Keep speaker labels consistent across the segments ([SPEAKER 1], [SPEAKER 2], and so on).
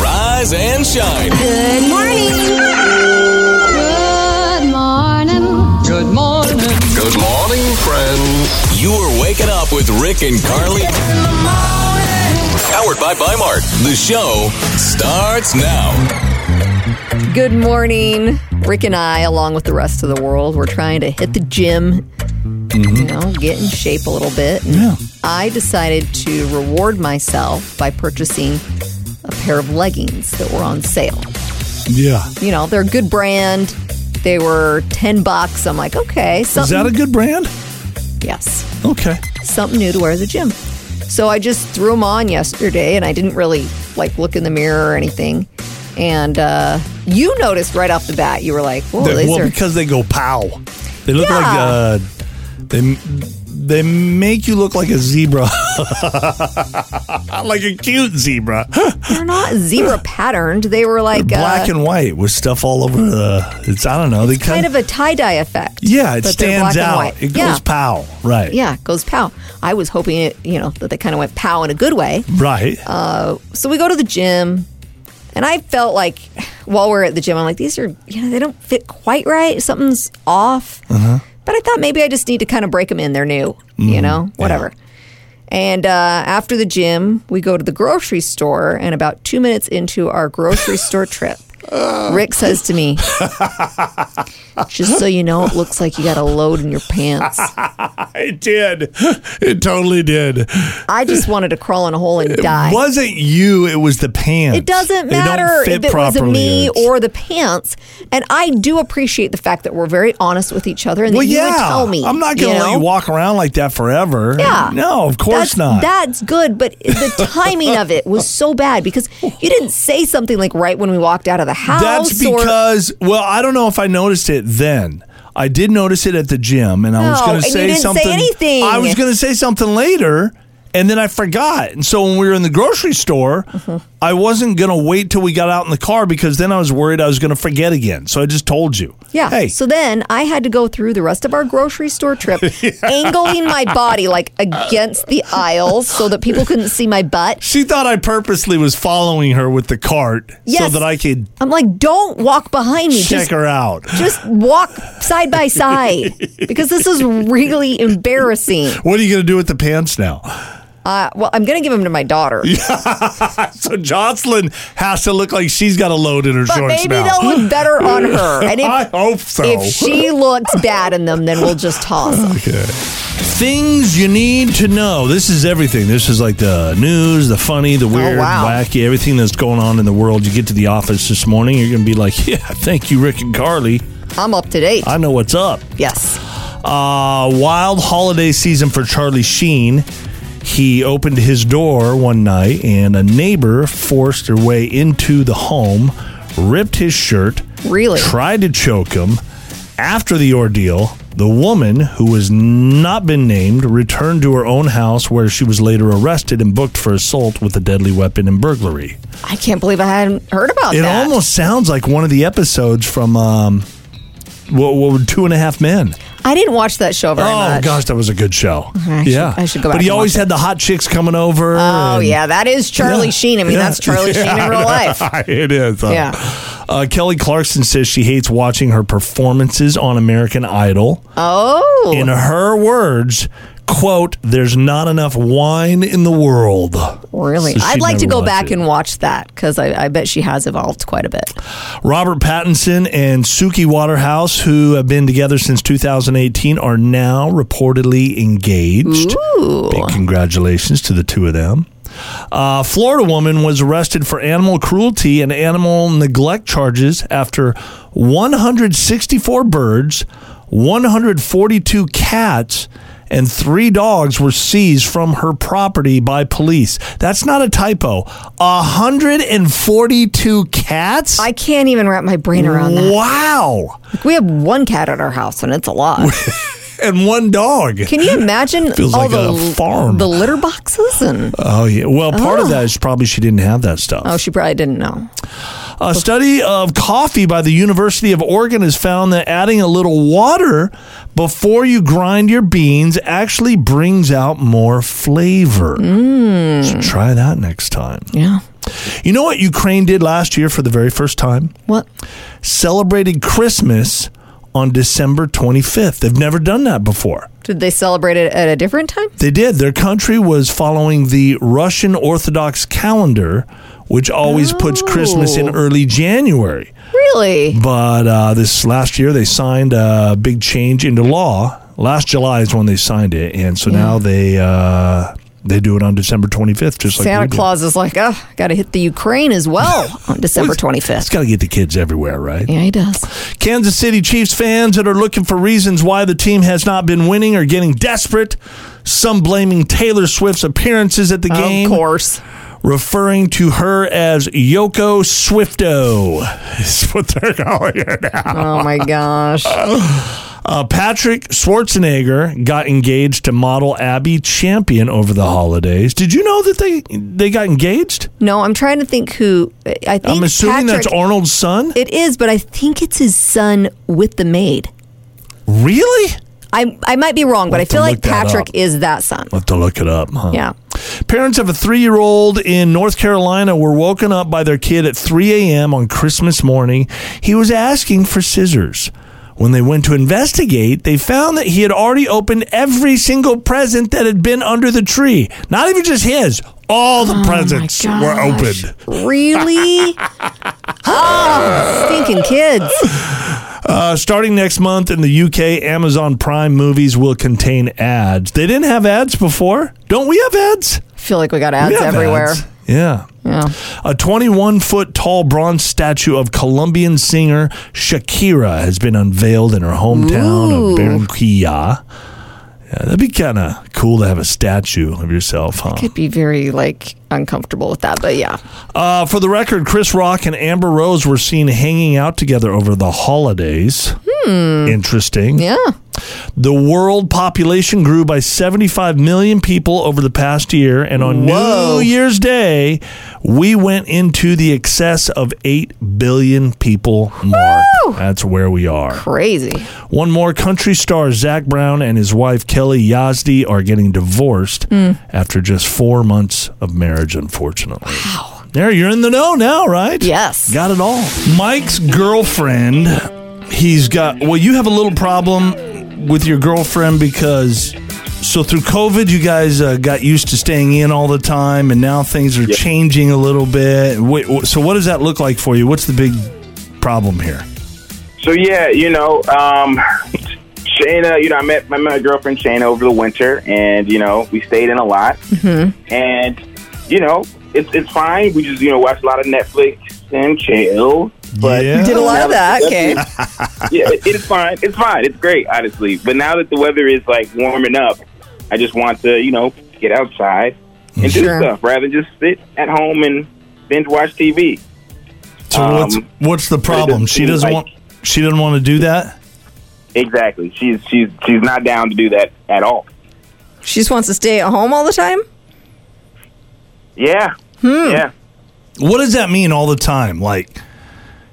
[SPEAKER 1] rise and shine.
[SPEAKER 2] Good morning. Good morning. Good morning.
[SPEAKER 1] Good morning, friends. You are waking up with Rick and Carly. Powered by Bimart. The show starts now.
[SPEAKER 3] Good morning. Rick and I, along with the rest of the world, we're trying to hit the gym, you
[SPEAKER 4] Mm-hmm.
[SPEAKER 3] know, get in shape a little bit. And I decided to reward myself by purchasing a pair of leggings that were on sale.
[SPEAKER 4] Yeah.
[SPEAKER 3] You know, they're a good brand. They were 10 bucks. I'm like, okay,
[SPEAKER 4] Is
[SPEAKER 3] something.
[SPEAKER 4] that a good brand?
[SPEAKER 3] yes.
[SPEAKER 4] Okay.
[SPEAKER 3] something new to wear to the gym. So I just threw them on yesterday and I didn't really like look in the mirror or anything. And uh, you noticed right off the bat, you were like, whoa,
[SPEAKER 4] They-
[SPEAKER 3] these
[SPEAKER 4] well,
[SPEAKER 3] are.
[SPEAKER 4] because they go pow. They look
[SPEAKER 3] Yeah.
[SPEAKER 4] like uh they they make you look like a zebra. like a cute zebra.
[SPEAKER 3] They're not zebra patterned. They were like
[SPEAKER 4] Black
[SPEAKER 3] uh,
[SPEAKER 4] and white with stuff all over the it's I don't know. they
[SPEAKER 3] kind of a tie dye effect.
[SPEAKER 4] Yeah, it
[SPEAKER 3] but they're black
[SPEAKER 4] stands
[SPEAKER 3] and
[SPEAKER 4] out.
[SPEAKER 3] white.
[SPEAKER 4] It goes
[SPEAKER 3] yeah.
[SPEAKER 4] pow. Right.
[SPEAKER 3] Yeah, it goes pow. I was hoping it, you know, that they kind of went pow in a good way.
[SPEAKER 4] Right.
[SPEAKER 3] Uh, So we go to the gym, and I felt like while we're at the gym, I'm like, these are, you know, they don't fit quite right. Something's off. But I thought maybe I just need to kind of break them in. They're new, you know, whatever. And uh, after the gym, we go to the grocery store, and about two minutes into our grocery store trip, Rick says to me, Just so you know, it looks like you got a load in your pants.
[SPEAKER 4] it did. It totally did.
[SPEAKER 3] I just wanted to crawl in a hole and die.
[SPEAKER 4] wasn't you, it was the pants.
[SPEAKER 3] It doesn't
[SPEAKER 4] They don't
[SPEAKER 3] matter if
[SPEAKER 4] fit
[SPEAKER 3] it was
[SPEAKER 4] properly
[SPEAKER 3] me
[SPEAKER 4] it's-
[SPEAKER 3] or the pants. And I do appreciate the fact that we're very honest with each other and that
[SPEAKER 4] Well,
[SPEAKER 3] you
[SPEAKER 4] yeah.
[SPEAKER 3] would tell me.
[SPEAKER 4] I'm not going to
[SPEAKER 3] know?
[SPEAKER 4] let you walk around like that forever.
[SPEAKER 3] Yeah.
[SPEAKER 4] No, of course
[SPEAKER 3] that's,
[SPEAKER 4] not.
[SPEAKER 3] That's good, but the timing of it was so bad because you didn't say something like right when we walked out of the house.
[SPEAKER 4] That's
[SPEAKER 3] or-
[SPEAKER 4] because, well, I don't know if I noticed it then. I did notice it at the gym, and I was
[SPEAKER 3] No,
[SPEAKER 4] going
[SPEAKER 3] and
[SPEAKER 4] to
[SPEAKER 3] you
[SPEAKER 4] say
[SPEAKER 3] didn't say
[SPEAKER 4] something.
[SPEAKER 3] anything.
[SPEAKER 4] I was going to say something later, and then I forgot. And so when we were in the grocery store, I wasn't going to wait till we got out in the car because then I was worried I was going to forget again. So I just told you.
[SPEAKER 3] yeah.
[SPEAKER 4] Hey,
[SPEAKER 3] So then I had to go through the rest of our grocery store trip, angling my body like against the aisles so that people couldn't see my butt.
[SPEAKER 4] she thought I purposely was following her with the cart
[SPEAKER 3] Yes.
[SPEAKER 4] so that I could
[SPEAKER 3] I'm like, don't walk behind me.
[SPEAKER 4] check
[SPEAKER 3] Just
[SPEAKER 4] her out.
[SPEAKER 3] just walk side by side because this is really embarrassing.
[SPEAKER 4] What are you going to do with the pants now?
[SPEAKER 3] Uh, well, I'm going to give them to my daughter,
[SPEAKER 4] So Jocelyn has to look like she's got a load in her
[SPEAKER 3] but
[SPEAKER 4] shorts
[SPEAKER 3] maybe
[SPEAKER 4] now.
[SPEAKER 3] they'll look better on her. And
[SPEAKER 4] I
[SPEAKER 3] if,
[SPEAKER 4] hope so.
[SPEAKER 3] if she looks bad in them, then we'll just toss them.
[SPEAKER 4] Things you need to know. This is everything. This is like the news, the funny, the weird,
[SPEAKER 3] Oh, wow.
[SPEAKER 4] wacky, everything that's going on in the world. You get to the office this morning, you're going to be like, yeah, thank you, Rick and Carly.
[SPEAKER 3] I'm up to date.
[SPEAKER 4] I know what's up.
[SPEAKER 3] yes.
[SPEAKER 4] Uh, wild holiday season for Charlie Sheen. He opened his door one night and a neighbor forced their way into the home, ripped his shirt,
[SPEAKER 3] Really?
[SPEAKER 4] tried to choke him. After the ordeal, the woman, who has not been named, returned to her own house where she was later arrested and booked for assault with a deadly weapon and burglary.
[SPEAKER 3] I can't believe I hadn't heard about
[SPEAKER 4] It
[SPEAKER 3] that.
[SPEAKER 4] almost sounds like one of the episodes from um, what, what were Two and a Half Men.
[SPEAKER 3] I didn't watch that show very
[SPEAKER 4] Oh
[SPEAKER 3] much. Mm-hmm.
[SPEAKER 4] gosh, that was a good show.
[SPEAKER 3] I should-
[SPEAKER 4] yeah,
[SPEAKER 3] I should go back
[SPEAKER 4] But he
[SPEAKER 3] and
[SPEAKER 4] always
[SPEAKER 3] watch it.
[SPEAKER 4] had the hot chicks coming over.
[SPEAKER 3] Oh, yeah. That is Charlie Sheen. I mean, that's Charlie Sheen in real life.
[SPEAKER 4] it is. uh,
[SPEAKER 3] Yeah.
[SPEAKER 4] Uh, Kelly Clarkson says she hates watching her performances on American Idol.
[SPEAKER 3] Oh.
[SPEAKER 4] In her words, "quote There's not enough wine in the world."
[SPEAKER 3] Really?
[SPEAKER 4] So she'd
[SPEAKER 3] I'd like to
[SPEAKER 4] never
[SPEAKER 3] go
[SPEAKER 4] watch
[SPEAKER 3] back
[SPEAKER 4] it.
[SPEAKER 3] and watch that because I, I bet she has evolved quite a bit.
[SPEAKER 4] Robert Pattinson and Suki Waterhouse, who have been together since 2018, are now reportedly engaged.
[SPEAKER 3] Ooh.
[SPEAKER 4] Big congratulations to the two of them. Uh, Florida woman was arrested for animal cruelty and animal neglect charges after 164 birds, 142 cats, and three dogs were seized from her property by police. That's not a typo. 142 cats?
[SPEAKER 3] I can't even wrap my brain around that.
[SPEAKER 4] wow.
[SPEAKER 3] We have one cat at our house, and it's a lot.
[SPEAKER 4] And one dog.
[SPEAKER 3] Can you imagine
[SPEAKER 4] Feels
[SPEAKER 3] all
[SPEAKER 4] like
[SPEAKER 3] the
[SPEAKER 4] a farm.
[SPEAKER 3] the litter boxes? And
[SPEAKER 4] Oh, yeah. Well, part of that is probably she didn't have that stuff.
[SPEAKER 3] oh, she probably didn't know.
[SPEAKER 4] A study of coffee by the University of Oregon has found that adding a little water before you grind your beans actually
[SPEAKER 3] Mm.
[SPEAKER 4] brings out more flavor. So try that next time.
[SPEAKER 3] Yeah,
[SPEAKER 4] You know what Ukraine did last year for the very first time?
[SPEAKER 3] What?
[SPEAKER 4] Celebrated Christmas on December 25th. They've never done that before.
[SPEAKER 3] Did they celebrate it at a different time?
[SPEAKER 4] They did. Their country was following the Russian Orthodox calendar, which always puts Christmas in
[SPEAKER 3] Oh.
[SPEAKER 4] early January.
[SPEAKER 3] Really?
[SPEAKER 4] But uh, this last year, they signed a big change into law. Last July is when they signed it, and so now they uh, they do it on December 25th, just like we
[SPEAKER 3] Santa
[SPEAKER 4] do.
[SPEAKER 3] Claus is like, oh, got to hit the Ukraine as well on December
[SPEAKER 4] It's
[SPEAKER 3] 25th.
[SPEAKER 4] got to get the kids everywhere, right?
[SPEAKER 3] Yeah, he does.
[SPEAKER 4] Kansas City Chiefs fans that are looking for reasons why the team has not been winning are getting desperate. Some blaming Taylor Swift's appearances at the game.
[SPEAKER 3] Of course.
[SPEAKER 4] referring to her as Yoko Swifto. Is what they're calling her now.
[SPEAKER 3] Oh my gosh.
[SPEAKER 4] Uh, Patrick Schwarzenegger got engaged to model Abby Champion over the holidays. Did you know that they they got engaged?
[SPEAKER 3] No, I'm trying to think who. I think
[SPEAKER 4] I'm assuming
[SPEAKER 3] Patrick,
[SPEAKER 4] that's Arnold's son.
[SPEAKER 3] It is, but I think it's his son with the maid.
[SPEAKER 4] Really?
[SPEAKER 3] I I might be wrong, but I
[SPEAKER 4] have to
[SPEAKER 3] feel like
[SPEAKER 4] look that
[SPEAKER 3] Patrick
[SPEAKER 4] up.
[SPEAKER 3] is that son.
[SPEAKER 4] I'll have to look it up. Huh?
[SPEAKER 3] Yeah.
[SPEAKER 4] Parents of a three year old in North Carolina were woken up by their kid at 3 a.m. on Christmas morning. He was asking for scissors. When they went to investigate, they found that he had already opened every single present that had been under the tree. Not even just his, all the presents were
[SPEAKER 3] Gosh.
[SPEAKER 4] opened.
[SPEAKER 3] Really? oh, stinking kids.
[SPEAKER 4] Uh, starting next month in the UK, Amazon Prime movies will contain ads. They didn't have ads before. Don't we have ads?
[SPEAKER 3] I feel like we got ads
[SPEAKER 4] We have
[SPEAKER 3] everywhere.
[SPEAKER 4] ads. Yeah.
[SPEAKER 3] Yeah.
[SPEAKER 4] A 21 foot tall bronze statue of Colombian singer Shakira has been unveiled in her hometown
[SPEAKER 3] Ooh.
[SPEAKER 4] of Barranquilla. Yeah, that'd be kind of cool to have a statue of yourself, huh?
[SPEAKER 3] Could be very like uncomfortable with that, but yeah.
[SPEAKER 4] Uh, for the record, Chris Rock and Amber Rose were seen hanging out together over the holidays.
[SPEAKER 3] Hmm.
[SPEAKER 4] Interesting.
[SPEAKER 3] Yeah.
[SPEAKER 4] The world population grew by 75 million people over the past year, and on
[SPEAKER 3] Whoa.
[SPEAKER 4] New Year's Day, we went into the excess of 8 billion people mark. That's where we are.
[SPEAKER 3] Crazy.
[SPEAKER 4] One more country star, Zach Brown, and his wife, Kelly Yazdi, are getting divorced
[SPEAKER 3] Hmm.
[SPEAKER 4] after just four months of marriage, unfortunately. Wow. There, you're in the know now, right?
[SPEAKER 3] Yes.
[SPEAKER 4] Got it all. Mike's girlfriend, he's got, well, you have a little problem with your girlfriend because, so through COVID, you guys uh, got used to staying in all the time, and now things are changing a little bit. Wait, wh- so, what does that look like for you? What's the big problem here?
[SPEAKER 5] So yeah, you know, um, Shayna, you know, I met, I met my girlfriend Shayna over the winter, and you know, we stayed in a lot, and you know, it's it's fine. We just you know watched a lot of Netflix and chill. But
[SPEAKER 4] Yeah.
[SPEAKER 3] Did a lot of that. Okay.
[SPEAKER 5] yeah, it, it's fine. It's fine. It's great, honestly. But now that the weather is like warming up, I just want to you know get outside and
[SPEAKER 3] Sure.
[SPEAKER 5] do stuff rather than just sit at home and binge watch TV.
[SPEAKER 4] So
[SPEAKER 5] Um,
[SPEAKER 4] what's what's the problem?
[SPEAKER 5] doesn't
[SPEAKER 4] She
[SPEAKER 5] seem
[SPEAKER 4] doesn't
[SPEAKER 5] like-
[SPEAKER 4] want she doesn't want to do that.
[SPEAKER 5] Exactly. She's she's she's not down to do that at all.
[SPEAKER 3] She just wants to stay at home all the time?
[SPEAKER 5] Yeah. Yeah.
[SPEAKER 4] What does that mean all the time? Like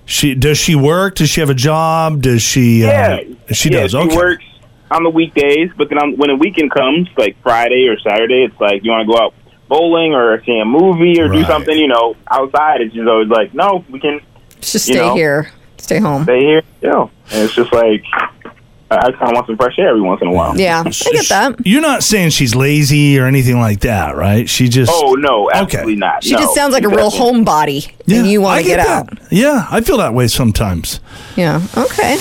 [SPEAKER 4] she does she work? Does she have a job? Does she?
[SPEAKER 5] Yeah,
[SPEAKER 4] uh, she
[SPEAKER 5] yeah,
[SPEAKER 4] does.
[SPEAKER 5] She
[SPEAKER 4] okay.
[SPEAKER 5] works on the weekdays, but then on, when the weekend comes, like Friday or Saturday, it's like you want to go out bowling or see a movie or do
[SPEAKER 4] Right.
[SPEAKER 5] something, you know, outside. And she's always like, "No, we can
[SPEAKER 3] Just stay
[SPEAKER 5] You know.
[SPEAKER 3] here. Stay home.
[SPEAKER 5] stay here." You know, and it's just like I kind of want some fresh air every once in a while.
[SPEAKER 3] Yeah. I get that.
[SPEAKER 4] You're not saying she's lazy or anything like that, right? She just.
[SPEAKER 5] Oh no, absolutely
[SPEAKER 4] Okay.
[SPEAKER 5] not.
[SPEAKER 3] She
[SPEAKER 5] No,
[SPEAKER 3] just sounds like a real
[SPEAKER 5] definitely.
[SPEAKER 3] homebody and you want
[SPEAKER 4] I
[SPEAKER 3] to get, out.
[SPEAKER 4] that. Yeah, I feel that way sometimes.
[SPEAKER 3] Yeah. Okay.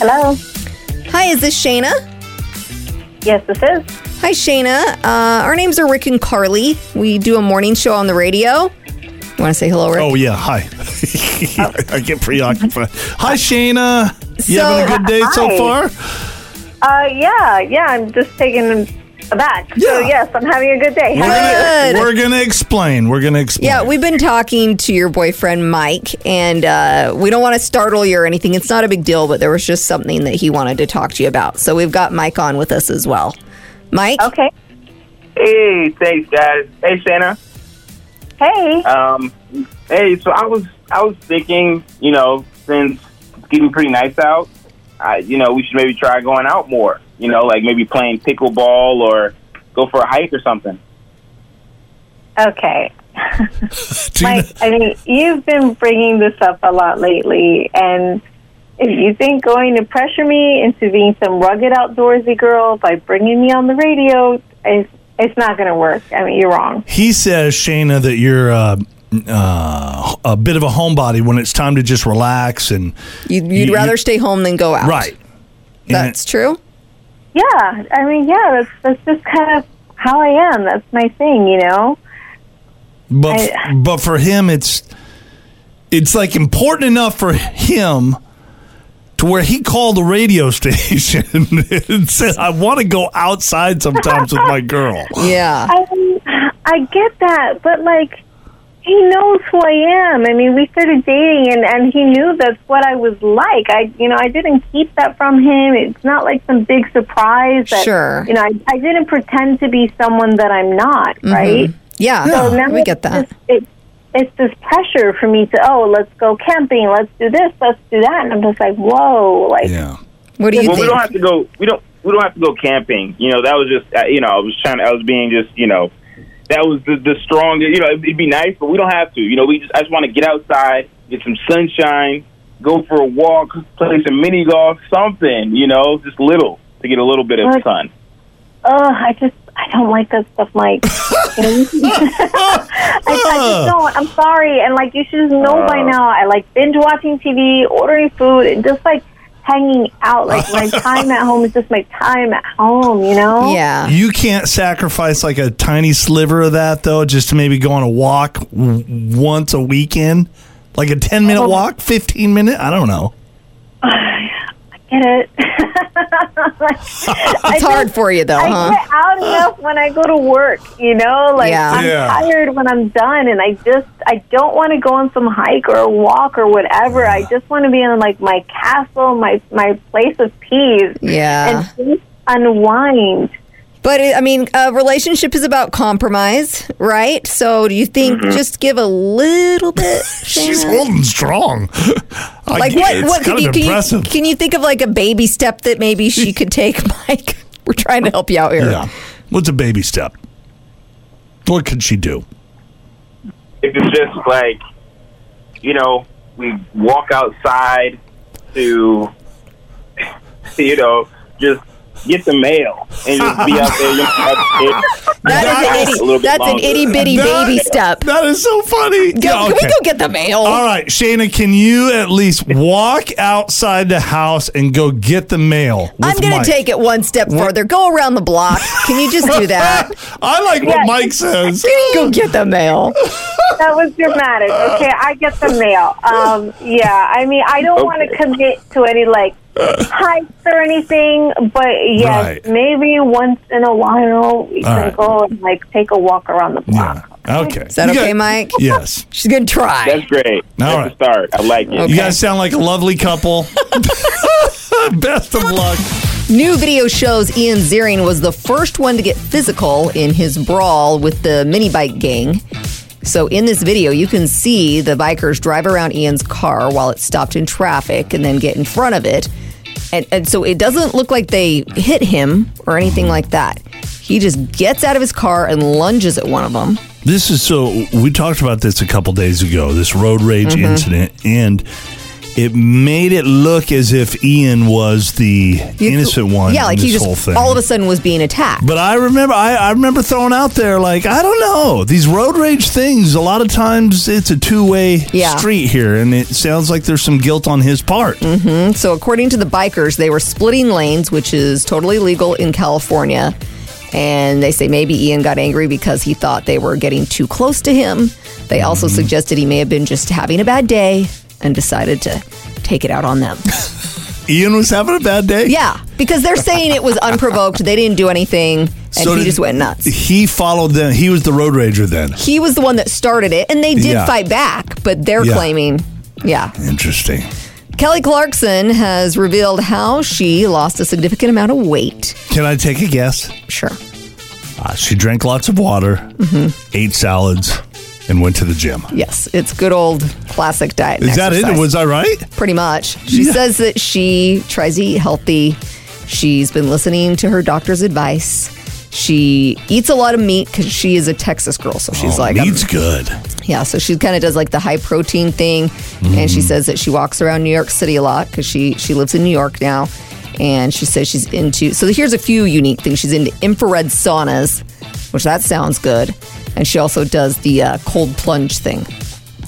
[SPEAKER 6] Hello.
[SPEAKER 3] Hi, is this Shayna?
[SPEAKER 6] Yes, this is.
[SPEAKER 3] Hi, Shayna. Uh, our names are Rick and Carly. We do a morning show on the radio. Want to say hello, Rick?
[SPEAKER 4] Oh yeah, hi. I get preoccupied. Hi, Shayna. You
[SPEAKER 3] So-
[SPEAKER 4] having a good day so
[SPEAKER 6] Hi.
[SPEAKER 4] far?
[SPEAKER 6] Uh, yeah, yeah. I'm just taken aback. So
[SPEAKER 4] Yeah.
[SPEAKER 6] yes, I'm having a good day. How
[SPEAKER 4] We're
[SPEAKER 6] are
[SPEAKER 4] gonna-
[SPEAKER 6] you?
[SPEAKER 3] Good.
[SPEAKER 4] We're gonna explain. We're gonna explain.
[SPEAKER 3] Yeah, we've been talking to your boyfriend Mike, and uh, we don't want to startle you or anything. It's not a big deal, but there was just something that he wanted to talk to you about. So we've got Mike on with us as well. Mike,
[SPEAKER 6] Okay.
[SPEAKER 5] Hey, thanks, guys. Hey, Santa.
[SPEAKER 6] Hey.
[SPEAKER 5] Um, hey, so I was I was thinking, you know, since it's getting pretty nice out, I, you know, we should maybe try going out more. You know, like maybe playing pickleball or go for a hike or something.
[SPEAKER 6] Okay.
[SPEAKER 4] Do you
[SPEAKER 6] Mike, I mean, you've been bringing this up a lot lately, and if you think going to pressure me into being some rugged outdoorsy girl by bringing me on the radio is it's not going to work. I mean, you're wrong.
[SPEAKER 4] He says, Shayna, that you're uh, uh, a bit of a homebody when it's time to just relax and
[SPEAKER 3] You'd, you'd
[SPEAKER 4] You-
[SPEAKER 3] rather
[SPEAKER 4] you-
[SPEAKER 3] stay home than go out.
[SPEAKER 4] right. And-
[SPEAKER 3] That's true.
[SPEAKER 6] Yeah, I mean, yeah, that's that's just kind of how I am. That's my thing, you know.
[SPEAKER 4] but but for him, it's it's like important enough for him to where he called the radio station and said, "I want to go outside sometimes with my girl."
[SPEAKER 3] Yeah.
[SPEAKER 6] I mean, Um, I get that, but like, he knows who I am. I mean, we started dating, and and he knew that's what I was like. I, you know, I didn't keep that from him. It's not like some big surprise. That,
[SPEAKER 3] Sure.
[SPEAKER 6] You know, I, I didn't pretend to be someone that I'm not. Right.
[SPEAKER 3] Yeah.
[SPEAKER 6] So now
[SPEAKER 3] Mm-hmm. Oh, we get
[SPEAKER 6] it's
[SPEAKER 3] that.
[SPEAKER 6] just- it, it's this pressure for me to oh, let's go camping, let's do this, let's do that, and I'm just like, whoa, like.
[SPEAKER 4] Yeah,
[SPEAKER 3] What do you
[SPEAKER 5] well, we
[SPEAKER 3] think?
[SPEAKER 5] don't have to go. We don't. We don't have to go camping. You know, that was just. uh, You know, I was trying. I was being just. You know, that was the the strongest. You know, it'd, it'd be nice, but we don't have to. You know, we just. I just want to get outside, get some sunshine, go for a walk, play some mini golf, something. You know, just little to get a little bit of
[SPEAKER 6] Right.
[SPEAKER 5] sun.
[SPEAKER 6] Ugh, I just I don't like that stuff, Mike. I, I just don't. I'm sorry, and like you should just know by now. I like binge watching TV, ordering food, and just like hanging out. Like my time at home is just my time at home. You know?
[SPEAKER 3] yeah.
[SPEAKER 4] you can't sacrifice like a tiny sliver of that though, just to maybe go on a walk w- once a weekend, like a ten minute walk, fifteen minute. I don't know.
[SPEAKER 6] Get it?
[SPEAKER 3] It's hard for you though,
[SPEAKER 6] I
[SPEAKER 3] huh?
[SPEAKER 6] get out enough when I go to work. You know, like
[SPEAKER 3] Yeah.
[SPEAKER 6] I'm
[SPEAKER 4] Yeah.
[SPEAKER 6] tired when I'm done, and I just I don't want to go on some hike or a walk or whatever. I just want to be in like my castle, my my place of peace.
[SPEAKER 3] Yeah.
[SPEAKER 6] and just unwind.
[SPEAKER 3] But it, I mean, a relationship is about compromise, right? So do you think
[SPEAKER 6] Mm-hmm.
[SPEAKER 3] just give a little bit?
[SPEAKER 4] She's
[SPEAKER 3] Shayna?
[SPEAKER 4] holding strong. I
[SPEAKER 3] like
[SPEAKER 4] get
[SPEAKER 3] what?
[SPEAKER 4] it. It's
[SPEAKER 3] What can
[SPEAKER 4] kind of
[SPEAKER 3] you, can you
[SPEAKER 4] impressive.
[SPEAKER 3] can you think of like a baby step that maybe she could take, Mike? We're trying to help you out here.
[SPEAKER 4] Yeah. What's a baby step? What could she do?
[SPEAKER 5] If it's just like, you know, we walk outside to, you know, just get the mail and just be out there. You know, out there.
[SPEAKER 3] That
[SPEAKER 5] Nice.
[SPEAKER 3] is
[SPEAKER 5] A
[SPEAKER 3] an
[SPEAKER 5] little
[SPEAKER 3] itty,
[SPEAKER 5] bit
[SPEAKER 3] that's an
[SPEAKER 5] longer.
[SPEAKER 3] itty bitty
[SPEAKER 4] That-
[SPEAKER 3] baby step. Go,
[SPEAKER 4] That is so funny. Yeah,
[SPEAKER 3] Can we go get the mail?
[SPEAKER 4] All right, Shayna, can you at least walk outside the house and go get the mail?
[SPEAKER 3] I'm
[SPEAKER 4] with
[SPEAKER 3] going
[SPEAKER 4] Mike?
[SPEAKER 3] to take it one step further. Go around the block. Can you just do that?
[SPEAKER 4] I like what Mike says.
[SPEAKER 3] go get the mail.
[SPEAKER 6] That was dramatic. Okay, I get the mail. Um, yeah, I mean, I don't want to commit to any like hikes or anything, but yes,
[SPEAKER 4] Right.
[SPEAKER 6] maybe once in a while we
[SPEAKER 4] All
[SPEAKER 6] can
[SPEAKER 4] right.
[SPEAKER 6] go and like take a walk around the
[SPEAKER 4] Yeah.
[SPEAKER 6] block.
[SPEAKER 4] Okay.
[SPEAKER 3] Is that okay, Mike?
[SPEAKER 4] Yes.
[SPEAKER 3] She's going to try.
[SPEAKER 5] That's great. That's
[SPEAKER 4] right.
[SPEAKER 5] a start. I like it.
[SPEAKER 3] Okay.
[SPEAKER 4] You guys sound like a lovely couple. Best of luck.
[SPEAKER 3] New video shows Ian Ziering was the first one to get physical in his brawl with the mini bike gang. So in this video, you can see the bikers drive around Ian's car while it's stopped in traffic and then get in front of it. And, and so it doesn't look like they hit him or anything like that. He just gets out of his car and lunges at one of them.
[SPEAKER 4] This is so we talked about this a couple days ago, this road rage
[SPEAKER 3] Mm-hmm.
[SPEAKER 4] incident, and it made it look as if Ian was the
[SPEAKER 3] You-
[SPEAKER 4] innocent one.
[SPEAKER 3] Yeah, like
[SPEAKER 4] in this
[SPEAKER 3] he just
[SPEAKER 4] whole thing.
[SPEAKER 3] all of a sudden was being attacked.
[SPEAKER 4] But I remember, I, I remember throwing out there like I don't know these road rage things. A lot of times it's a two way
[SPEAKER 3] Yeah.
[SPEAKER 4] street here, and it sounds like there's some guilt on his part.
[SPEAKER 3] Mm. So, according to the bikers, they were splitting lanes, which is totally legal in California. And they say maybe Ian got angry because he thought they were getting too close to him. They also
[SPEAKER 4] Mm-hmm.
[SPEAKER 3] suggested he may have been just having a bad day and decided to take it out on them.
[SPEAKER 4] Ian was having a bad day.
[SPEAKER 3] yeah, because they're saying it was unprovoked. They didn't do anything, and
[SPEAKER 4] So
[SPEAKER 3] he
[SPEAKER 4] did-
[SPEAKER 3] just went nuts.
[SPEAKER 4] He followed them. He was the road rager then.
[SPEAKER 3] He was the one that started it, and they did
[SPEAKER 4] Yeah.
[SPEAKER 3] fight back, but they're
[SPEAKER 4] Yeah.
[SPEAKER 3] claiming, yeah,
[SPEAKER 4] Interesting.
[SPEAKER 3] Kelly Clarkson has revealed how she lost a significant amount of weight.
[SPEAKER 4] Can I take a guess?
[SPEAKER 3] Sure.
[SPEAKER 4] Uh, she drank lots of water,
[SPEAKER 3] Mm-hmm.
[SPEAKER 4] ate salads, and went to the gym.
[SPEAKER 3] Yes, it's good old classic diet. and
[SPEAKER 4] Is that
[SPEAKER 3] exercise.
[SPEAKER 4] it? Was I right?
[SPEAKER 3] pretty much. She
[SPEAKER 4] Yeah.
[SPEAKER 3] says that she tries to eat healthy. She's been listening to her doctor's advice. She eats a lot of meat because she is a Texas girl. So she's
[SPEAKER 4] Oh,
[SPEAKER 3] like, I'm-
[SPEAKER 4] meat's good.
[SPEAKER 3] yeah, so she kind of does like the high protein thing, and
[SPEAKER 4] Mm-hmm.
[SPEAKER 3] she says that she walks around New York City a lot because she she lives in New York now, and she says she's into. So here's a few unique things she's into: infrared saunas, which that sounds good, and she also does the uh, cold plunge thing.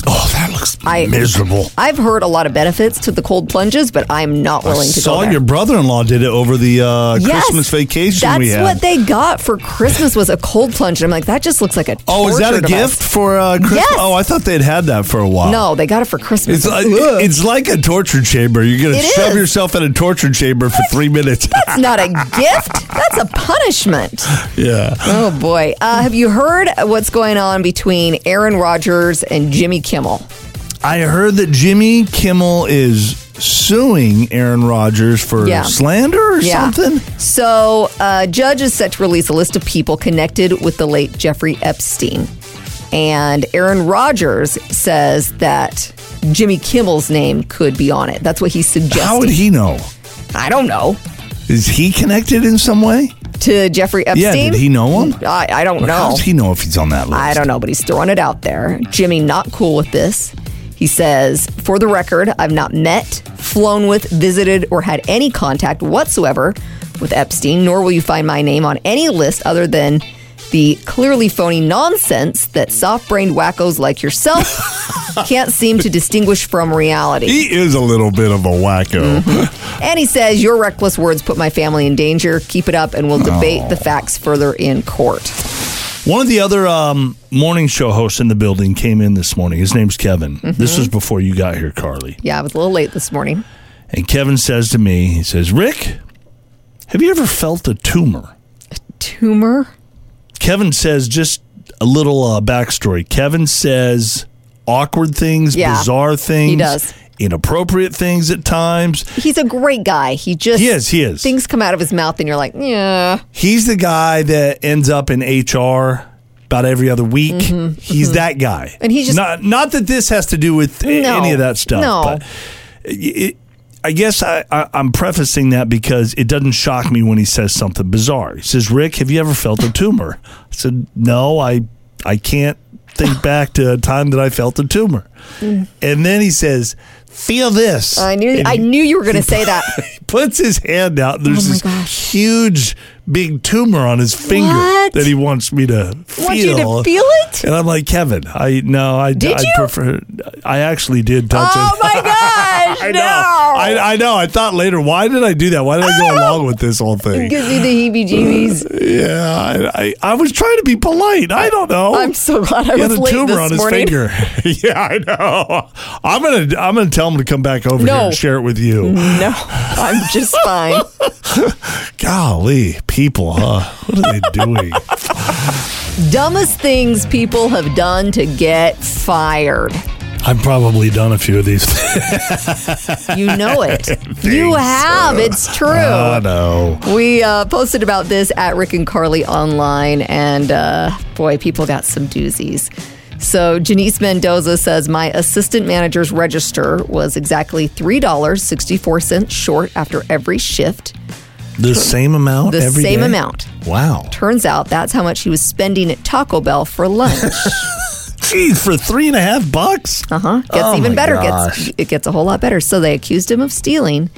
[SPEAKER 4] Oh, that looks
[SPEAKER 3] I-
[SPEAKER 4] miserable.
[SPEAKER 3] I've heard a lot of benefits to the cold plunges, but I'm not willing to
[SPEAKER 7] saw
[SPEAKER 3] go there.
[SPEAKER 7] your brother-in-law did it over the uh,
[SPEAKER 3] Yes,
[SPEAKER 7] Christmas vacation
[SPEAKER 3] That's
[SPEAKER 7] we had.
[SPEAKER 3] what they got for Christmas was a cold plunge, and I'm like, that just looks like a.
[SPEAKER 7] oh, is that
[SPEAKER 3] torture
[SPEAKER 7] a
[SPEAKER 3] device.
[SPEAKER 7] gift for uh, Christmas?
[SPEAKER 3] Yes.
[SPEAKER 7] Oh, I thought they'd had that for a while.
[SPEAKER 3] No, they got it for Christmas.
[SPEAKER 7] It's like,
[SPEAKER 3] Ugh.
[SPEAKER 7] it's like a torture chamber. You're going to
[SPEAKER 3] It
[SPEAKER 7] shove
[SPEAKER 3] is.
[SPEAKER 7] yourself in a torture chamber for three minutes.
[SPEAKER 3] That's not a gift. That's a punishment.
[SPEAKER 7] yeah.
[SPEAKER 3] Oh boy! Uh, have you heard what's going on between Aaron Rodgers and Jimmy Kimmel?
[SPEAKER 7] I heard that Jimmy Kimmel is suing Aaron Rodgers for
[SPEAKER 3] Yeah.
[SPEAKER 7] slander or
[SPEAKER 3] Yeah.
[SPEAKER 7] something.
[SPEAKER 3] So, uh, judge is set to release a list of people connected with the late Jeffrey Epstein, and Aaron Rodgers says that Jimmy Kimmel's name could be on it. That's what he's suggesting.
[SPEAKER 7] How would he know?
[SPEAKER 3] I don't know
[SPEAKER 7] Is he connected in some way?
[SPEAKER 3] to Jeffrey
[SPEAKER 7] Yeah,
[SPEAKER 3] Epstein.
[SPEAKER 7] did he know him?
[SPEAKER 3] I, I don't know.
[SPEAKER 7] How does he know if he's on that list?
[SPEAKER 3] I don't know, but he's throwing it out there. Jimmy, not cool with this. He says, for the record, I've not met, flown with, visited, or had any contact whatsoever with Epstein, nor will you find my name on any list other than the clearly phony nonsense that soft brained wackos like yourself can't seem to distinguish from reality.
[SPEAKER 7] He is a little bit of a wacko.
[SPEAKER 3] And he says, Your reckless words put my family in danger. Keep it up, and we'll debate the facts further in court.
[SPEAKER 4] One of the other um, morning show hosts in the building came in this morning. His name's Kevin.
[SPEAKER 3] Mm-hmm.
[SPEAKER 4] This was before you got here, Carly.
[SPEAKER 3] Yeah, I was a little late this morning.
[SPEAKER 4] And Kevin says to me, he says, Rick, have you ever felt a tumor?
[SPEAKER 3] Tumor?
[SPEAKER 4] Kevin says, just a little uh, backstory. Kevin says awkward things,
[SPEAKER 3] Yeah,
[SPEAKER 4] bizarre things,
[SPEAKER 3] does.
[SPEAKER 4] inappropriate things at times.
[SPEAKER 3] He's a great guy. He just
[SPEAKER 4] He is, he is.
[SPEAKER 3] Things come out of his mouth, and you're like, yeah.
[SPEAKER 4] He's the guy that ends up in HR about every other week. He's that guy.
[SPEAKER 3] Mm-hmm, And he's just-
[SPEAKER 4] not not that this has to do with a-
[SPEAKER 3] No.
[SPEAKER 4] any of that stuff.
[SPEAKER 3] No.
[SPEAKER 4] But it, I guess I, I, I'm prefacing that because it doesn't shock me when he says something bizarre. He says, "Rick, have you ever felt a tumor?" I said, "No, I I can't think back to a time that I felt a tumor." And then he says, "Feel this."
[SPEAKER 3] Mm. I knew.
[SPEAKER 4] And
[SPEAKER 3] I
[SPEAKER 4] he
[SPEAKER 3] knew you were going to say that.
[SPEAKER 4] puts his hand out. And there's
[SPEAKER 3] Oh my
[SPEAKER 4] this
[SPEAKER 3] gosh.
[SPEAKER 4] huge, big tumor on his finger
[SPEAKER 3] What?
[SPEAKER 4] that he wants me to feel.
[SPEAKER 3] Want you to feel it?
[SPEAKER 4] And I'm like, Kevin, I no, I
[SPEAKER 3] Did
[SPEAKER 4] I
[SPEAKER 3] you?
[SPEAKER 4] prefer. I actually did touch
[SPEAKER 3] Oh
[SPEAKER 4] it.
[SPEAKER 3] my gosh!
[SPEAKER 4] I
[SPEAKER 3] no.
[SPEAKER 4] know. I, I know. I thought later, why did I do that? Why did I go along with this whole thing?
[SPEAKER 3] Gives you the heebie-jeebies.
[SPEAKER 4] Yeah, I, I, I was trying to be polite. I don't know.
[SPEAKER 3] I'm so glad I
[SPEAKER 4] he had
[SPEAKER 3] was
[SPEAKER 4] a
[SPEAKER 3] late
[SPEAKER 4] tumor
[SPEAKER 3] this
[SPEAKER 4] on his
[SPEAKER 3] morning.
[SPEAKER 4] finger. yeah, I know. I'm gonna I'm gonna tell him to come back over
[SPEAKER 3] No. Mm-hmm.
[SPEAKER 4] here and share it with you.
[SPEAKER 3] No, I'm just fine.
[SPEAKER 4] Golly, people, huh? What are they doing?
[SPEAKER 3] Dumbest things people have done to get fired.
[SPEAKER 4] I've probably done a few of these.
[SPEAKER 3] You know it. you have. It's true.
[SPEAKER 4] Uh, no.
[SPEAKER 3] We uh, posted about this at Rick and Carly online, and uh, boy, people got some doozies. So Janice Mendoza says my assistant manager's register was exactly three dollars sixty four cents short after every shift.
[SPEAKER 4] The same amount.
[SPEAKER 3] The
[SPEAKER 4] every
[SPEAKER 3] same
[SPEAKER 4] day?
[SPEAKER 3] amount.
[SPEAKER 4] Wow.
[SPEAKER 3] Turns out that's how much he was spending at Taco Bell for lunch.
[SPEAKER 4] Jeez, for three and a half bucks.
[SPEAKER 3] Uh huh. Gets
[SPEAKER 4] Oh
[SPEAKER 3] even
[SPEAKER 4] my
[SPEAKER 3] better.
[SPEAKER 4] gosh. Mm.
[SPEAKER 3] Gets it gets a whole lot better. So they accused him of stealing,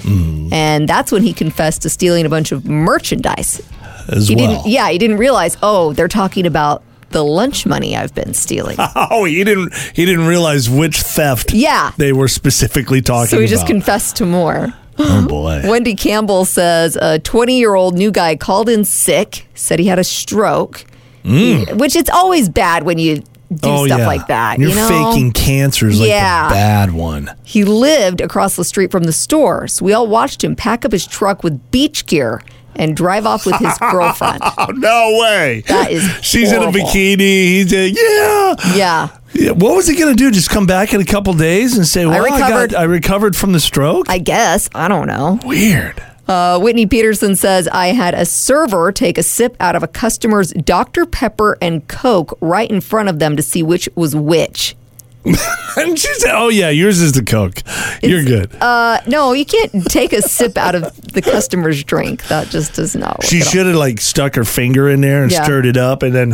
[SPEAKER 3] and that's when he confessed to stealing a bunch of merchandise
[SPEAKER 4] As
[SPEAKER 3] He
[SPEAKER 4] well.
[SPEAKER 3] didn't. Yeah, he didn't realize. Oh, they're talking about the lunch money I've been stealing.
[SPEAKER 4] Oh, he didn't. He didn't realize which theft.
[SPEAKER 3] Yeah.
[SPEAKER 4] They were specifically talking.
[SPEAKER 3] so he just
[SPEAKER 4] about.
[SPEAKER 3] confessed to more.
[SPEAKER 4] Oh boy.
[SPEAKER 3] Wendy Campbell says a 20 year old new guy called in sick, said he had a stroke, He- which it's always bad when you do
[SPEAKER 4] Mm. oh
[SPEAKER 3] stuff
[SPEAKER 4] yeah.
[SPEAKER 3] like that.
[SPEAKER 4] You're
[SPEAKER 3] you know?
[SPEAKER 4] faking cancer is like
[SPEAKER 3] Yeah.
[SPEAKER 4] the bad one.
[SPEAKER 3] He lived across the street from the store, so we all watched him pack up his truck with beach gear and drive off with his girlfriend.
[SPEAKER 4] Oh no way.
[SPEAKER 3] That is
[SPEAKER 4] She's
[SPEAKER 3] horrible.
[SPEAKER 4] in a bikini. He's a, yeah.
[SPEAKER 3] Yeah.
[SPEAKER 4] Yeah, What was he gonna do? Just come back in a couple days and say, "Well, I,
[SPEAKER 3] recovered."
[SPEAKER 4] got, I recovered from the stroke."
[SPEAKER 3] I guess. I don't know.
[SPEAKER 4] Weird.
[SPEAKER 3] Uh, Whitney Peterson says, I had a server take a sip out of a customer's Dr. Pepper and Coke right in front of them to see which was which.
[SPEAKER 4] and she said, "Oh yeah, yours is the Coke. You're good."
[SPEAKER 3] Uh, no, you can't take a sip out of the customer's drink. That just does not work.
[SPEAKER 4] she
[SPEAKER 3] at all.
[SPEAKER 4] should have like stuck her finger in there and
[SPEAKER 3] Yeah.
[SPEAKER 4] stirred it up, and then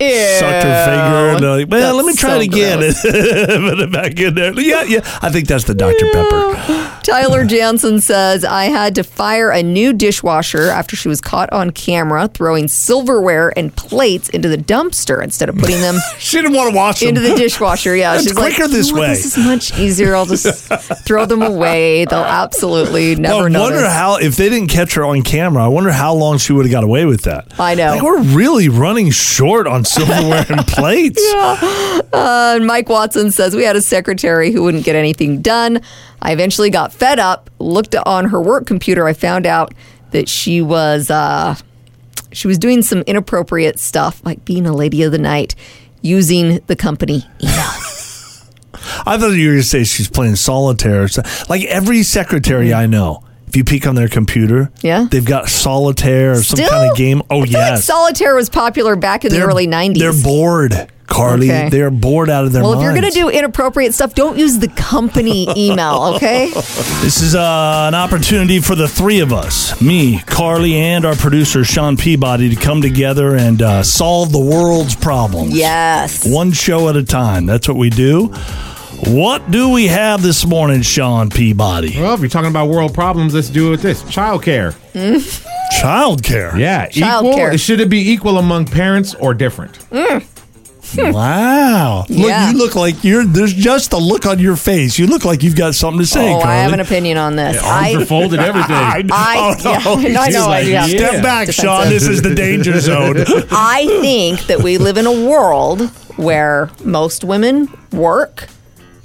[SPEAKER 4] sucked her finger. And like, well, let me
[SPEAKER 3] That's
[SPEAKER 4] try
[SPEAKER 3] so
[SPEAKER 4] it again. Put it back in there. Yeah, yeah. I think that's the Dr Pepper.
[SPEAKER 3] Tyler Jansen says, I had to fire a new dishwasher after she was caught on camera throwing silverware and plates into the dumpster instead of putting them
[SPEAKER 4] She didn't want to wash them.
[SPEAKER 3] into the dishwasher. Yeah,
[SPEAKER 4] It's
[SPEAKER 3] she's like,
[SPEAKER 4] quicker this
[SPEAKER 3] "You know what?
[SPEAKER 4] way."
[SPEAKER 3] This is much easier. I'll just throw them away. They'll absolutely
[SPEAKER 4] Well,
[SPEAKER 3] never
[SPEAKER 4] I
[SPEAKER 3] know.
[SPEAKER 4] wonder how if they didn't catch her on camera. I wonder how long she would have got away with that.
[SPEAKER 3] I know.
[SPEAKER 4] Like, we're really running short on silverware and plates.
[SPEAKER 3] And Mike Watson says, We had a secretary who wouldn't get anything done. I eventually got fed up, looked on her work computer. I found out that she was uh, she was doing some inappropriate stuff, like being a lady of the night, using the company email.
[SPEAKER 4] I thought you were going to say she's playing solitaire. or so- Like every secretary I know, if you peek on their computer,
[SPEAKER 3] Mm. Yeah.
[SPEAKER 4] they've got solitaire or some
[SPEAKER 3] Still?
[SPEAKER 4] kind of game.
[SPEAKER 3] I
[SPEAKER 4] Oh
[SPEAKER 3] feel like
[SPEAKER 4] yes,
[SPEAKER 3] solitaire was popular back in the early 90s.
[SPEAKER 4] They're bored, Carly.
[SPEAKER 3] Okay.
[SPEAKER 4] They're bored out of their
[SPEAKER 3] well, if
[SPEAKER 4] minds.
[SPEAKER 3] you're going to do inappropriate stuff, don't use the company email, okay?
[SPEAKER 4] This is uh, an opportunity for the three of us, me, Carly, and our producer, Sean Peabody, to come together and uh, solve the world's problems.
[SPEAKER 3] Yes.
[SPEAKER 4] One show at a time. That's what we do. What do we have this morning, Sean Peabody?
[SPEAKER 8] Well, if you're talking about world problems, let's do it with this childcare.
[SPEAKER 4] Childcare.
[SPEAKER 8] Yeah,
[SPEAKER 3] Childcare.
[SPEAKER 8] equal. Should it be equal among parents or different?
[SPEAKER 4] Wow.
[SPEAKER 3] Yeah.
[SPEAKER 4] Look, you look like you're, there's just the look on your face. You look like you've got something to
[SPEAKER 3] oh,
[SPEAKER 4] say,
[SPEAKER 3] I
[SPEAKER 4] Carly.
[SPEAKER 3] have an opinion on this. I,
[SPEAKER 8] Arms are folded, everything.
[SPEAKER 3] I, yeah, no, I
[SPEAKER 8] She's
[SPEAKER 3] know. I
[SPEAKER 8] like,
[SPEAKER 3] do have
[SPEAKER 8] yeah.
[SPEAKER 4] Step back,
[SPEAKER 3] defensive.
[SPEAKER 4] Sean. This is the danger zone.
[SPEAKER 3] I think that we live in a world where most women work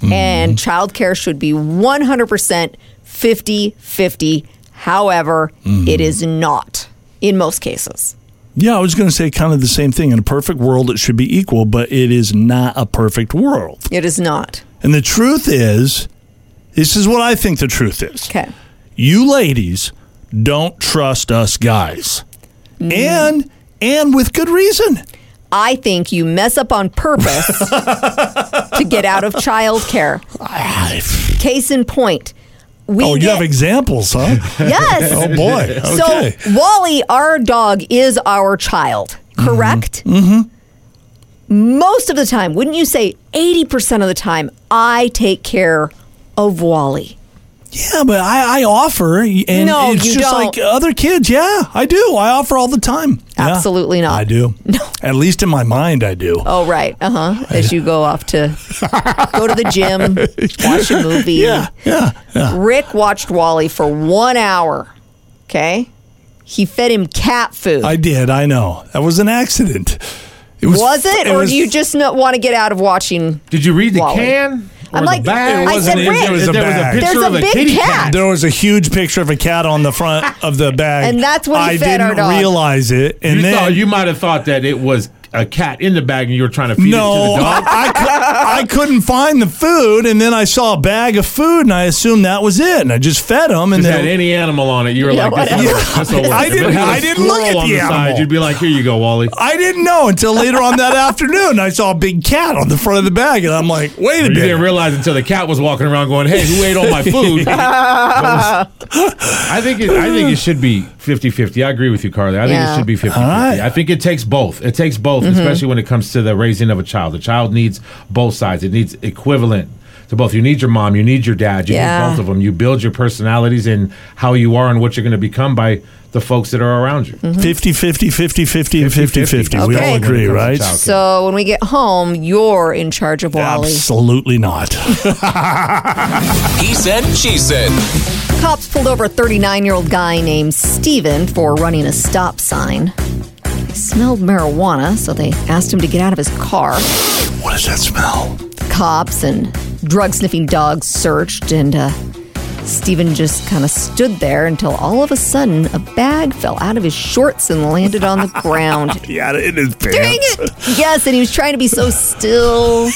[SPEAKER 4] Hmm.
[SPEAKER 3] and childcare should be 100% 50 50. However,
[SPEAKER 4] Hmm.
[SPEAKER 3] it is not in most cases.
[SPEAKER 4] Yeah, I was going to say kind of the same thing. In a perfect world, it should be equal, but it is not a perfect world.
[SPEAKER 3] It is not.
[SPEAKER 4] And the truth is, this is what I think the truth is.
[SPEAKER 3] Okay.
[SPEAKER 4] You ladies don't trust us guys.
[SPEAKER 3] Mm.
[SPEAKER 4] And and with good reason.
[SPEAKER 3] I think you mess up on purpose to get out of childcare. Ah, Case in point. We
[SPEAKER 4] Oh, you
[SPEAKER 3] get-
[SPEAKER 4] have examples, huh?
[SPEAKER 3] Yes.
[SPEAKER 4] oh boy. Okay.
[SPEAKER 3] So Wally, our dog, is our child, correct? Mm-hmm.
[SPEAKER 4] Mm-hmm.
[SPEAKER 3] Most of the time, wouldn't you say 80% of the time, I take care of Wally.
[SPEAKER 4] yeah, but I, I offer and
[SPEAKER 3] No,
[SPEAKER 4] it's
[SPEAKER 3] you
[SPEAKER 4] just
[SPEAKER 3] don't.
[SPEAKER 4] like other kids. Yeah, I do. I offer all the time. Yeah,
[SPEAKER 3] Absolutely not.
[SPEAKER 4] I do. No. At least in my mind I do.
[SPEAKER 3] Oh, right. Uh huh. As you go off to go to the gym, watch a movie.
[SPEAKER 4] Yeah, yeah, yeah.
[SPEAKER 3] Rick watched Wally for one hour. Okay. He fed him cat food.
[SPEAKER 4] I did. I know that was an accident. It was.
[SPEAKER 3] was it, or
[SPEAKER 4] was-
[SPEAKER 3] do you just not want to get out of watching?
[SPEAKER 8] Did you read the
[SPEAKER 3] Wally.
[SPEAKER 8] can? Or
[SPEAKER 3] I'm
[SPEAKER 8] the
[SPEAKER 3] like-
[SPEAKER 8] bag?
[SPEAKER 3] I It wasn't said, in- it Rick, was a
[SPEAKER 8] there was a
[SPEAKER 4] bag.
[SPEAKER 8] picture
[SPEAKER 3] There's a
[SPEAKER 8] of a
[SPEAKER 3] big
[SPEAKER 8] kitty
[SPEAKER 3] cat.
[SPEAKER 8] cat.
[SPEAKER 4] There was a huge picture of a cat on the front of the bag,
[SPEAKER 3] And that's what he
[SPEAKER 4] I
[SPEAKER 3] fed
[SPEAKER 4] didn't
[SPEAKER 3] our dog.
[SPEAKER 4] realize it, and
[SPEAKER 8] You
[SPEAKER 4] then
[SPEAKER 8] thought you might have thought that it was a cat in the bag, and you were trying to feed it to
[SPEAKER 4] no,
[SPEAKER 8] the
[SPEAKER 4] I,
[SPEAKER 8] dog.
[SPEAKER 4] I, cou- I couldn't find the food, and then I saw a bag of food, and I assumed that was it, and I just fed him, and
[SPEAKER 8] If it had
[SPEAKER 4] then
[SPEAKER 8] any animal on it, you were
[SPEAKER 3] Yeah,
[SPEAKER 8] like,
[SPEAKER 3] whatever.
[SPEAKER 8] "This will work. This will work."
[SPEAKER 4] I
[SPEAKER 8] If it
[SPEAKER 4] didn't-
[SPEAKER 8] had a
[SPEAKER 4] I didn't look
[SPEAKER 8] squirrel
[SPEAKER 4] at
[SPEAKER 8] on
[SPEAKER 4] the animal.
[SPEAKER 8] Side, you'd be like, "Here you go, Wally."
[SPEAKER 4] I didn't know until later on that afternoon. I saw a big cat on the front of the bag, and I'm like, wait a
[SPEAKER 8] You didn't
[SPEAKER 4] minute.
[SPEAKER 8] realize until the cat was walking around going, "Hey, who ate all my food?" I think it, I think it should be 50-50. I agree with you, Carly. I think
[SPEAKER 3] Yeah. Mm-hmm.
[SPEAKER 8] it should be 50-50.
[SPEAKER 4] right.
[SPEAKER 8] I think it takes both. It takes both, especially when it comes to the raising of a child. The child needs both sides. It needs equivalent to both. You need your mom, you need your dad, you
[SPEAKER 3] Yeah.
[SPEAKER 8] need both of them. You build your personalities and how you are and what you're going to become by the folks that are around
[SPEAKER 3] Mm-hmm.
[SPEAKER 8] you.
[SPEAKER 4] 50 50, 50 50, and 50 50. We
[SPEAKER 3] Okay.
[SPEAKER 4] all agree,
[SPEAKER 8] When it
[SPEAKER 4] right?
[SPEAKER 8] comes to childcare.
[SPEAKER 3] So when we get home, you're in charge of Wally.
[SPEAKER 4] Absolutely not.
[SPEAKER 1] He said, she said.
[SPEAKER 3] Cops pulled over a 39 year old guy named Steven for running a stop sign. He smelled marijuana, so they asked him to get out of his car.
[SPEAKER 4] what does that smell?
[SPEAKER 3] Cops and drug sniffing dogs searched, and uh, Steven just kind of stood there until all of a sudden a bag fell out of his shorts and landed on the ground.
[SPEAKER 4] Yeah, it is bad.
[SPEAKER 3] Dang it! Yes, and he was trying to be so still.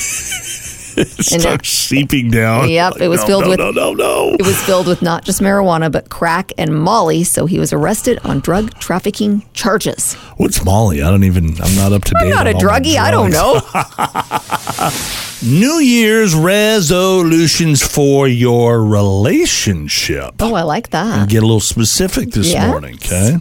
[SPEAKER 3] And
[SPEAKER 4] Start seeping down.
[SPEAKER 3] Yep, it was filled
[SPEAKER 4] no,
[SPEAKER 3] with-
[SPEAKER 4] No, no, no.
[SPEAKER 3] It was filled with not just marijuana, but crack and molly, so he was arrested on drug trafficking charges.
[SPEAKER 4] What's Molly? I don't even. I'm not up to date.
[SPEAKER 3] I'm not
[SPEAKER 4] on
[SPEAKER 3] a
[SPEAKER 4] all my
[SPEAKER 3] druggie. I don't
[SPEAKER 4] drugs.
[SPEAKER 3] know.
[SPEAKER 4] New Year's resolutions for your relationship.
[SPEAKER 3] Oh, I like that.
[SPEAKER 4] Get a little specific this
[SPEAKER 3] Yes.
[SPEAKER 4] morning, okay?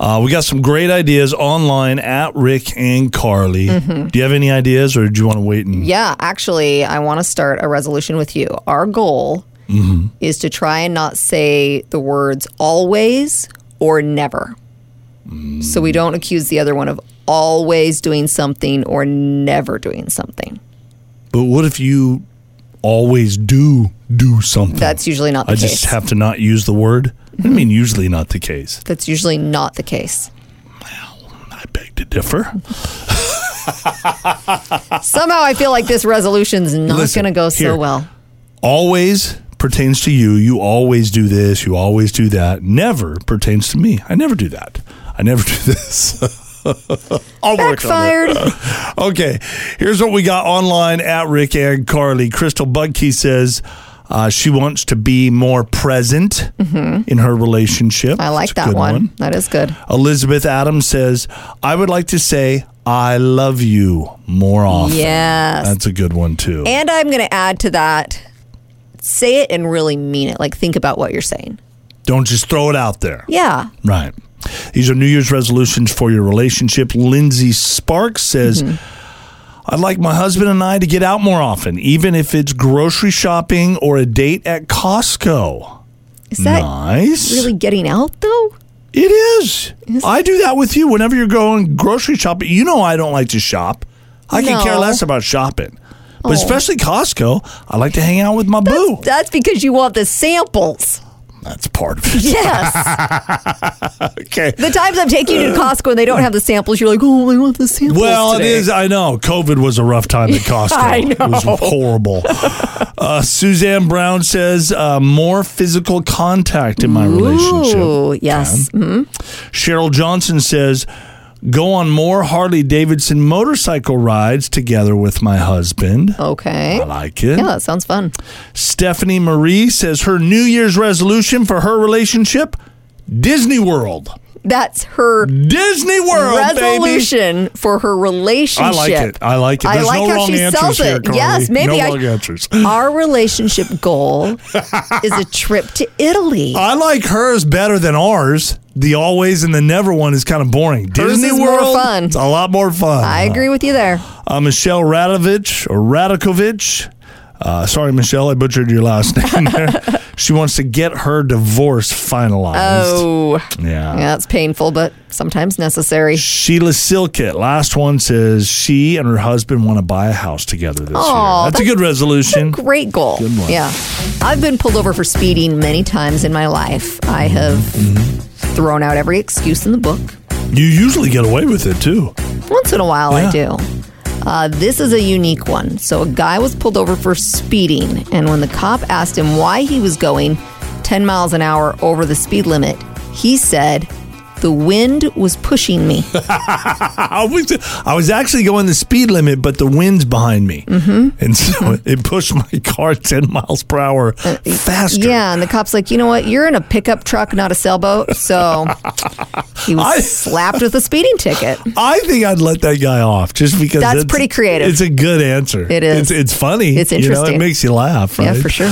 [SPEAKER 4] Uh, we got some great ideas online at Rick and Carly. Do you have any ideas, or do you want to wait and?
[SPEAKER 3] Mm-hmm. Yeah, actually, I want to start a resolution with you. Our goal
[SPEAKER 4] Mm-hmm.
[SPEAKER 3] is to try and not say the words always or never. So
[SPEAKER 4] Mm.
[SPEAKER 3] we don't accuse the other one of always doing something or never doing something.
[SPEAKER 4] But what if you always do do something?
[SPEAKER 3] That's usually not the
[SPEAKER 4] Oh, I
[SPEAKER 3] case.
[SPEAKER 4] just have to not use the word. I mean, usually not the case.
[SPEAKER 3] That's usually not the case.
[SPEAKER 4] I beg to differ.
[SPEAKER 3] Somehow I feel like this resolution's not
[SPEAKER 4] Listen,
[SPEAKER 3] going to go
[SPEAKER 4] here.
[SPEAKER 3] so well.
[SPEAKER 4] always pertains to you. You always do this. You always do that. Never pertains to me. I never do that. I never do this. I'll work on it.
[SPEAKER 3] Backfired.
[SPEAKER 4] Okay, here's what we got online at Rick and Carly. Crystal Budkey says uh, she wants to be more present in her relationship.
[SPEAKER 3] Mm-hmm. I like
[SPEAKER 4] That's
[SPEAKER 3] that
[SPEAKER 4] a good
[SPEAKER 3] one. That is good.
[SPEAKER 4] Elizabeth Adams says, I would like to say, I love you more often.
[SPEAKER 3] Yes.
[SPEAKER 4] That's a good one, too.
[SPEAKER 3] And I'm going to add to that say it and really mean it. Like, think about what you're saying.
[SPEAKER 4] Don't just throw it out there.
[SPEAKER 3] Yeah.
[SPEAKER 4] Right. These are New Year's resolutions for your relationship. Lindsay Sparks says,
[SPEAKER 3] Mm-hmm.
[SPEAKER 4] I'd like my husband and I to get out more often, even if it's grocery shopping or a date at Costco.
[SPEAKER 3] Is that
[SPEAKER 4] nice.
[SPEAKER 3] really getting out, though?
[SPEAKER 4] It is. I do that with you whenever you're going grocery shopping. You know, I don't like to shop. I can care
[SPEAKER 3] No.
[SPEAKER 4] less about shopping. But
[SPEAKER 3] Oh.
[SPEAKER 4] especially Costco, I like to hang out with my boo.
[SPEAKER 3] That's because you want the samples.
[SPEAKER 4] That's part of it.
[SPEAKER 3] Yes.
[SPEAKER 4] Okay.
[SPEAKER 3] the times I've taken you to Costco and they don't have the samples, you're like, oh, I want the samples.
[SPEAKER 4] Well,
[SPEAKER 3] today."
[SPEAKER 4] it is. I know. COVID was a rough time at Costco.
[SPEAKER 3] I
[SPEAKER 4] It was horrible. uh, Suzanne Brown says uh, more physical contact in my relationship.
[SPEAKER 3] Ooh, yes. Mm,
[SPEAKER 4] Cheryl Johnson says go on more Harley Davidson motorcycle rides together with my husband.
[SPEAKER 3] Okay.
[SPEAKER 4] I like it.
[SPEAKER 3] Yeah, that sounds fun.
[SPEAKER 4] Stephanie Marie says her New Year's resolution for her relationship Disney World.
[SPEAKER 3] That's her
[SPEAKER 4] Disney World, baby.
[SPEAKER 3] resolution for her
[SPEAKER 4] I
[SPEAKER 3] relationship.
[SPEAKER 4] like it. I like it.
[SPEAKER 3] I
[SPEAKER 4] There's
[SPEAKER 3] like
[SPEAKER 4] no
[SPEAKER 3] how
[SPEAKER 4] wrong
[SPEAKER 3] she
[SPEAKER 4] answers
[SPEAKER 3] sells
[SPEAKER 4] here,
[SPEAKER 3] it.
[SPEAKER 4] Carly.
[SPEAKER 3] Yes, maybe
[SPEAKER 4] no
[SPEAKER 3] I-
[SPEAKER 4] wrong answers.
[SPEAKER 3] Our relationship goal is a trip to Italy.
[SPEAKER 4] I like hers better than ours. The always and the never one is kind of boring.
[SPEAKER 3] Hers
[SPEAKER 4] Disney
[SPEAKER 3] is more
[SPEAKER 4] World,
[SPEAKER 3] fun.
[SPEAKER 4] it's a lot more fun.
[SPEAKER 3] I agree with you there.
[SPEAKER 4] Uh, Michelle Radovich or Radakovich. Uh, sorry, Michelle, I butchered your last name there. she wants to get her divorce finalized.
[SPEAKER 3] Oh,
[SPEAKER 4] yeah.
[SPEAKER 3] yeah, it's painful, but sometimes necessary.
[SPEAKER 4] Sheila Silkett, last one says she and her husband want to buy a house together this
[SPEAKER 3] Aw,
[SPEAKER 4] year. That's, a good resolution.
[SPEAKER 3] Great goal. Yeah. I've been pulled over for speeding many times in my life. I have
[SPEAKER 4] Mm-hmm.
[SPEAKER 3] thrown out every excuse in the book.
[SPEAKER 4] You usually get away with it too.
[SPEAKER 3] Once in a while,
[SPEAKER 4] Yeah.
[SPEAKER 3] I do. Uh, this is a unique one. So, a guy was pulled over for speeding, and when the cop asked him why he was going 10 miles an hour over the speed limit, he said, The wind was pushing me.
[SPEAKER 4] I was, I was actually going the speed limit, but the wind's behind me. Mm-hmm. And so it pushed my car 10 miles per hour faster.
[SPEAKER 3] Uh, yeah, and the cop's like, You know what? You're in a pickup truck, not a sailboat. So, he was
[SPEAKER 4] I-
[SPEAKER 3] slapped with a speeding ticket.
[SPEAKER 4] I think I'd let that guy off just because
[SPEAKER 3] That's
[SPEAKER 4] it's-
[SPEAKER 3] pretty creative.
[SPEAKER 4] It's a good answer.
[SPEAKER 3] It is.
[SPEAKER 4] It's, it's funny.
[SPEAKER 3] It's
[SPEAKER 4] You know, it
[SPEAKER 3] interesting.
[SPEAKER 4] makes you laugh. Right?
[SPEAKER 3] Yeah, for sure.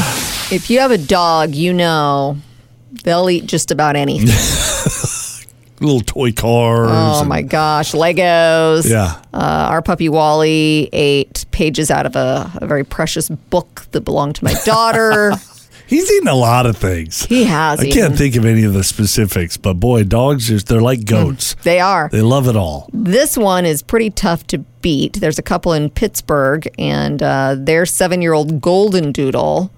[SPEAKER 3] If you have a dog, you know they'll eat just about anything.
[SPEAKER 4] Little toy cars.
[SPEAKER 3] oh
[SPEAKER 4] and-
[SPEAKER 3] my gosh, Legos.
[SPEAKER 4] Yeah.
[SPEAKER 3] Uh, our puppy Wally ate pages out of a, a very precious book that belonged to my daughter.
[SPEAKER 4] He's eaten a lot of things.
[SPEAKER 3] He has
[SPEAKER 4] I
[SPEAKER 3] eaten.
[SPEAKER 4] can't think of any of the specifics, but boy, dogs just they're
[SPEAKER 3] Hmm.
[SPEAKER 4] like goats.
[SPEAKER 3] they are.
[SPEAKER 4] They love it all.
[SPEAKER 3] This one is pretty tough to beat. There's a couple in Pittsburgh, and uh, their seven year old golden doodle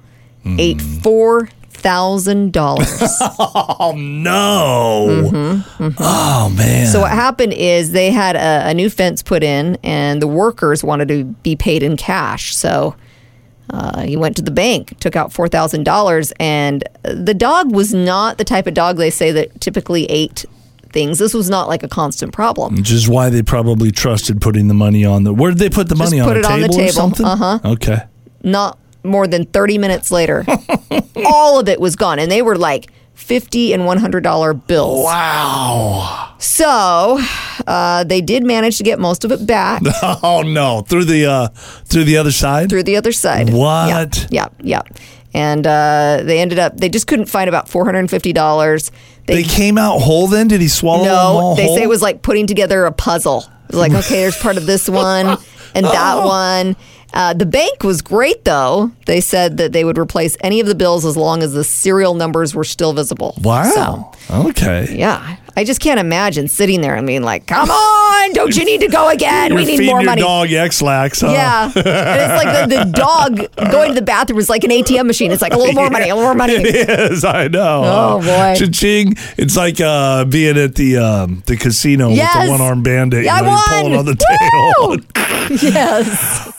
[SPEAKER 4] Hmm.
[SPEAKER 3] ate four thousand dollars.
[SPEAKER 4] No.
[SPEAKER 3] Mm-hmm.
[SPEAKER 4] Oh man.
[SPEAKER 3] So what happened is they had a, a new fence put in, and the workers wanted to be paid in cash. So uh, he went to the bank, took out four thousand dollars, and the dog was not the type of dog they say that typically ate things. This was not like a constant problem.
[SPEAKER 4] Which is why they probably trusted putting the money on the. Where did they put the money
[SPEAKER 3] put
[SPEAKER 4] on?
[SPEAKER 3] it
[SPEAKER 4] a
[SPEAKER 3] on the
[SPEAKER 4] table or
[SPEAKER 3] table.
[SPEAKER 4] something?
[SPEAKER 3] Uh-huh.
[SPEAKER 4] Okay.
[SPEAKER 3] Not more than thirty minutes later, all of it was gone, and they were like 50 and $100 bills.
[SPEAKER 4] Wow.
[SPEAKER 3] So uh, they did manage to get most of it back
[SPEAKER 4] Oh no! Through the uh, through the other side.
[SPEAKER 3] through the other side.
[SPEAKER 4] What?
[SPEAKER 3] Yeah, yeah. yeah. And uh, they ended up, they just couldn't find about $450.
[SPEAKER 4] They came out whole. Then did he swallow them
[SPEAKER 3] No,
[SPEAKER 4] all
[SPEAKER 3] they
[SPEAKER 4] whole?
[SPEAKER 3] say it was like putting together a puzzle. It was like, okay, there's part of this one and that one. Uh, the bank was great, though. They said that they would replace any of the bills as long as the serial numbers were still visible.
[SPEAKER 4] wow. okay.
[SPEAKER 3] So, yeah. I just can't imagine sitting there and being like, come on, don't you need to go again?
[SPEAKER 4] You're
[SPEAKER 3] We need
[SPEAKER 4] feeding
[SPEAKER 3] more
[SPEAKER 4] your
[SPEAKER 3] money.
[SPEAKER 4] dog X-Lax, huh?
[SPEAKER 3] Yeah. And it's like the, the dog going to the bathroom is like an ATM machine. It's like, a little more money, a little more money.
[SPEAKER 4] It is. I know.
[SPEAKER 3] Oh, boy.
[SPEAKER 4] Cha-ching! It's like uh, being at the um, the casino
[SPEAKER 3] Yes.
[SPEAKER 4] with the one arm bandit.
[SPEAKER 3] Yeah, I
[SPEAKER 4] you know, you pull
[SPEAKER 3] won.
[SPEAKER 4] it on the tail.
[SPEAKER 3] yes.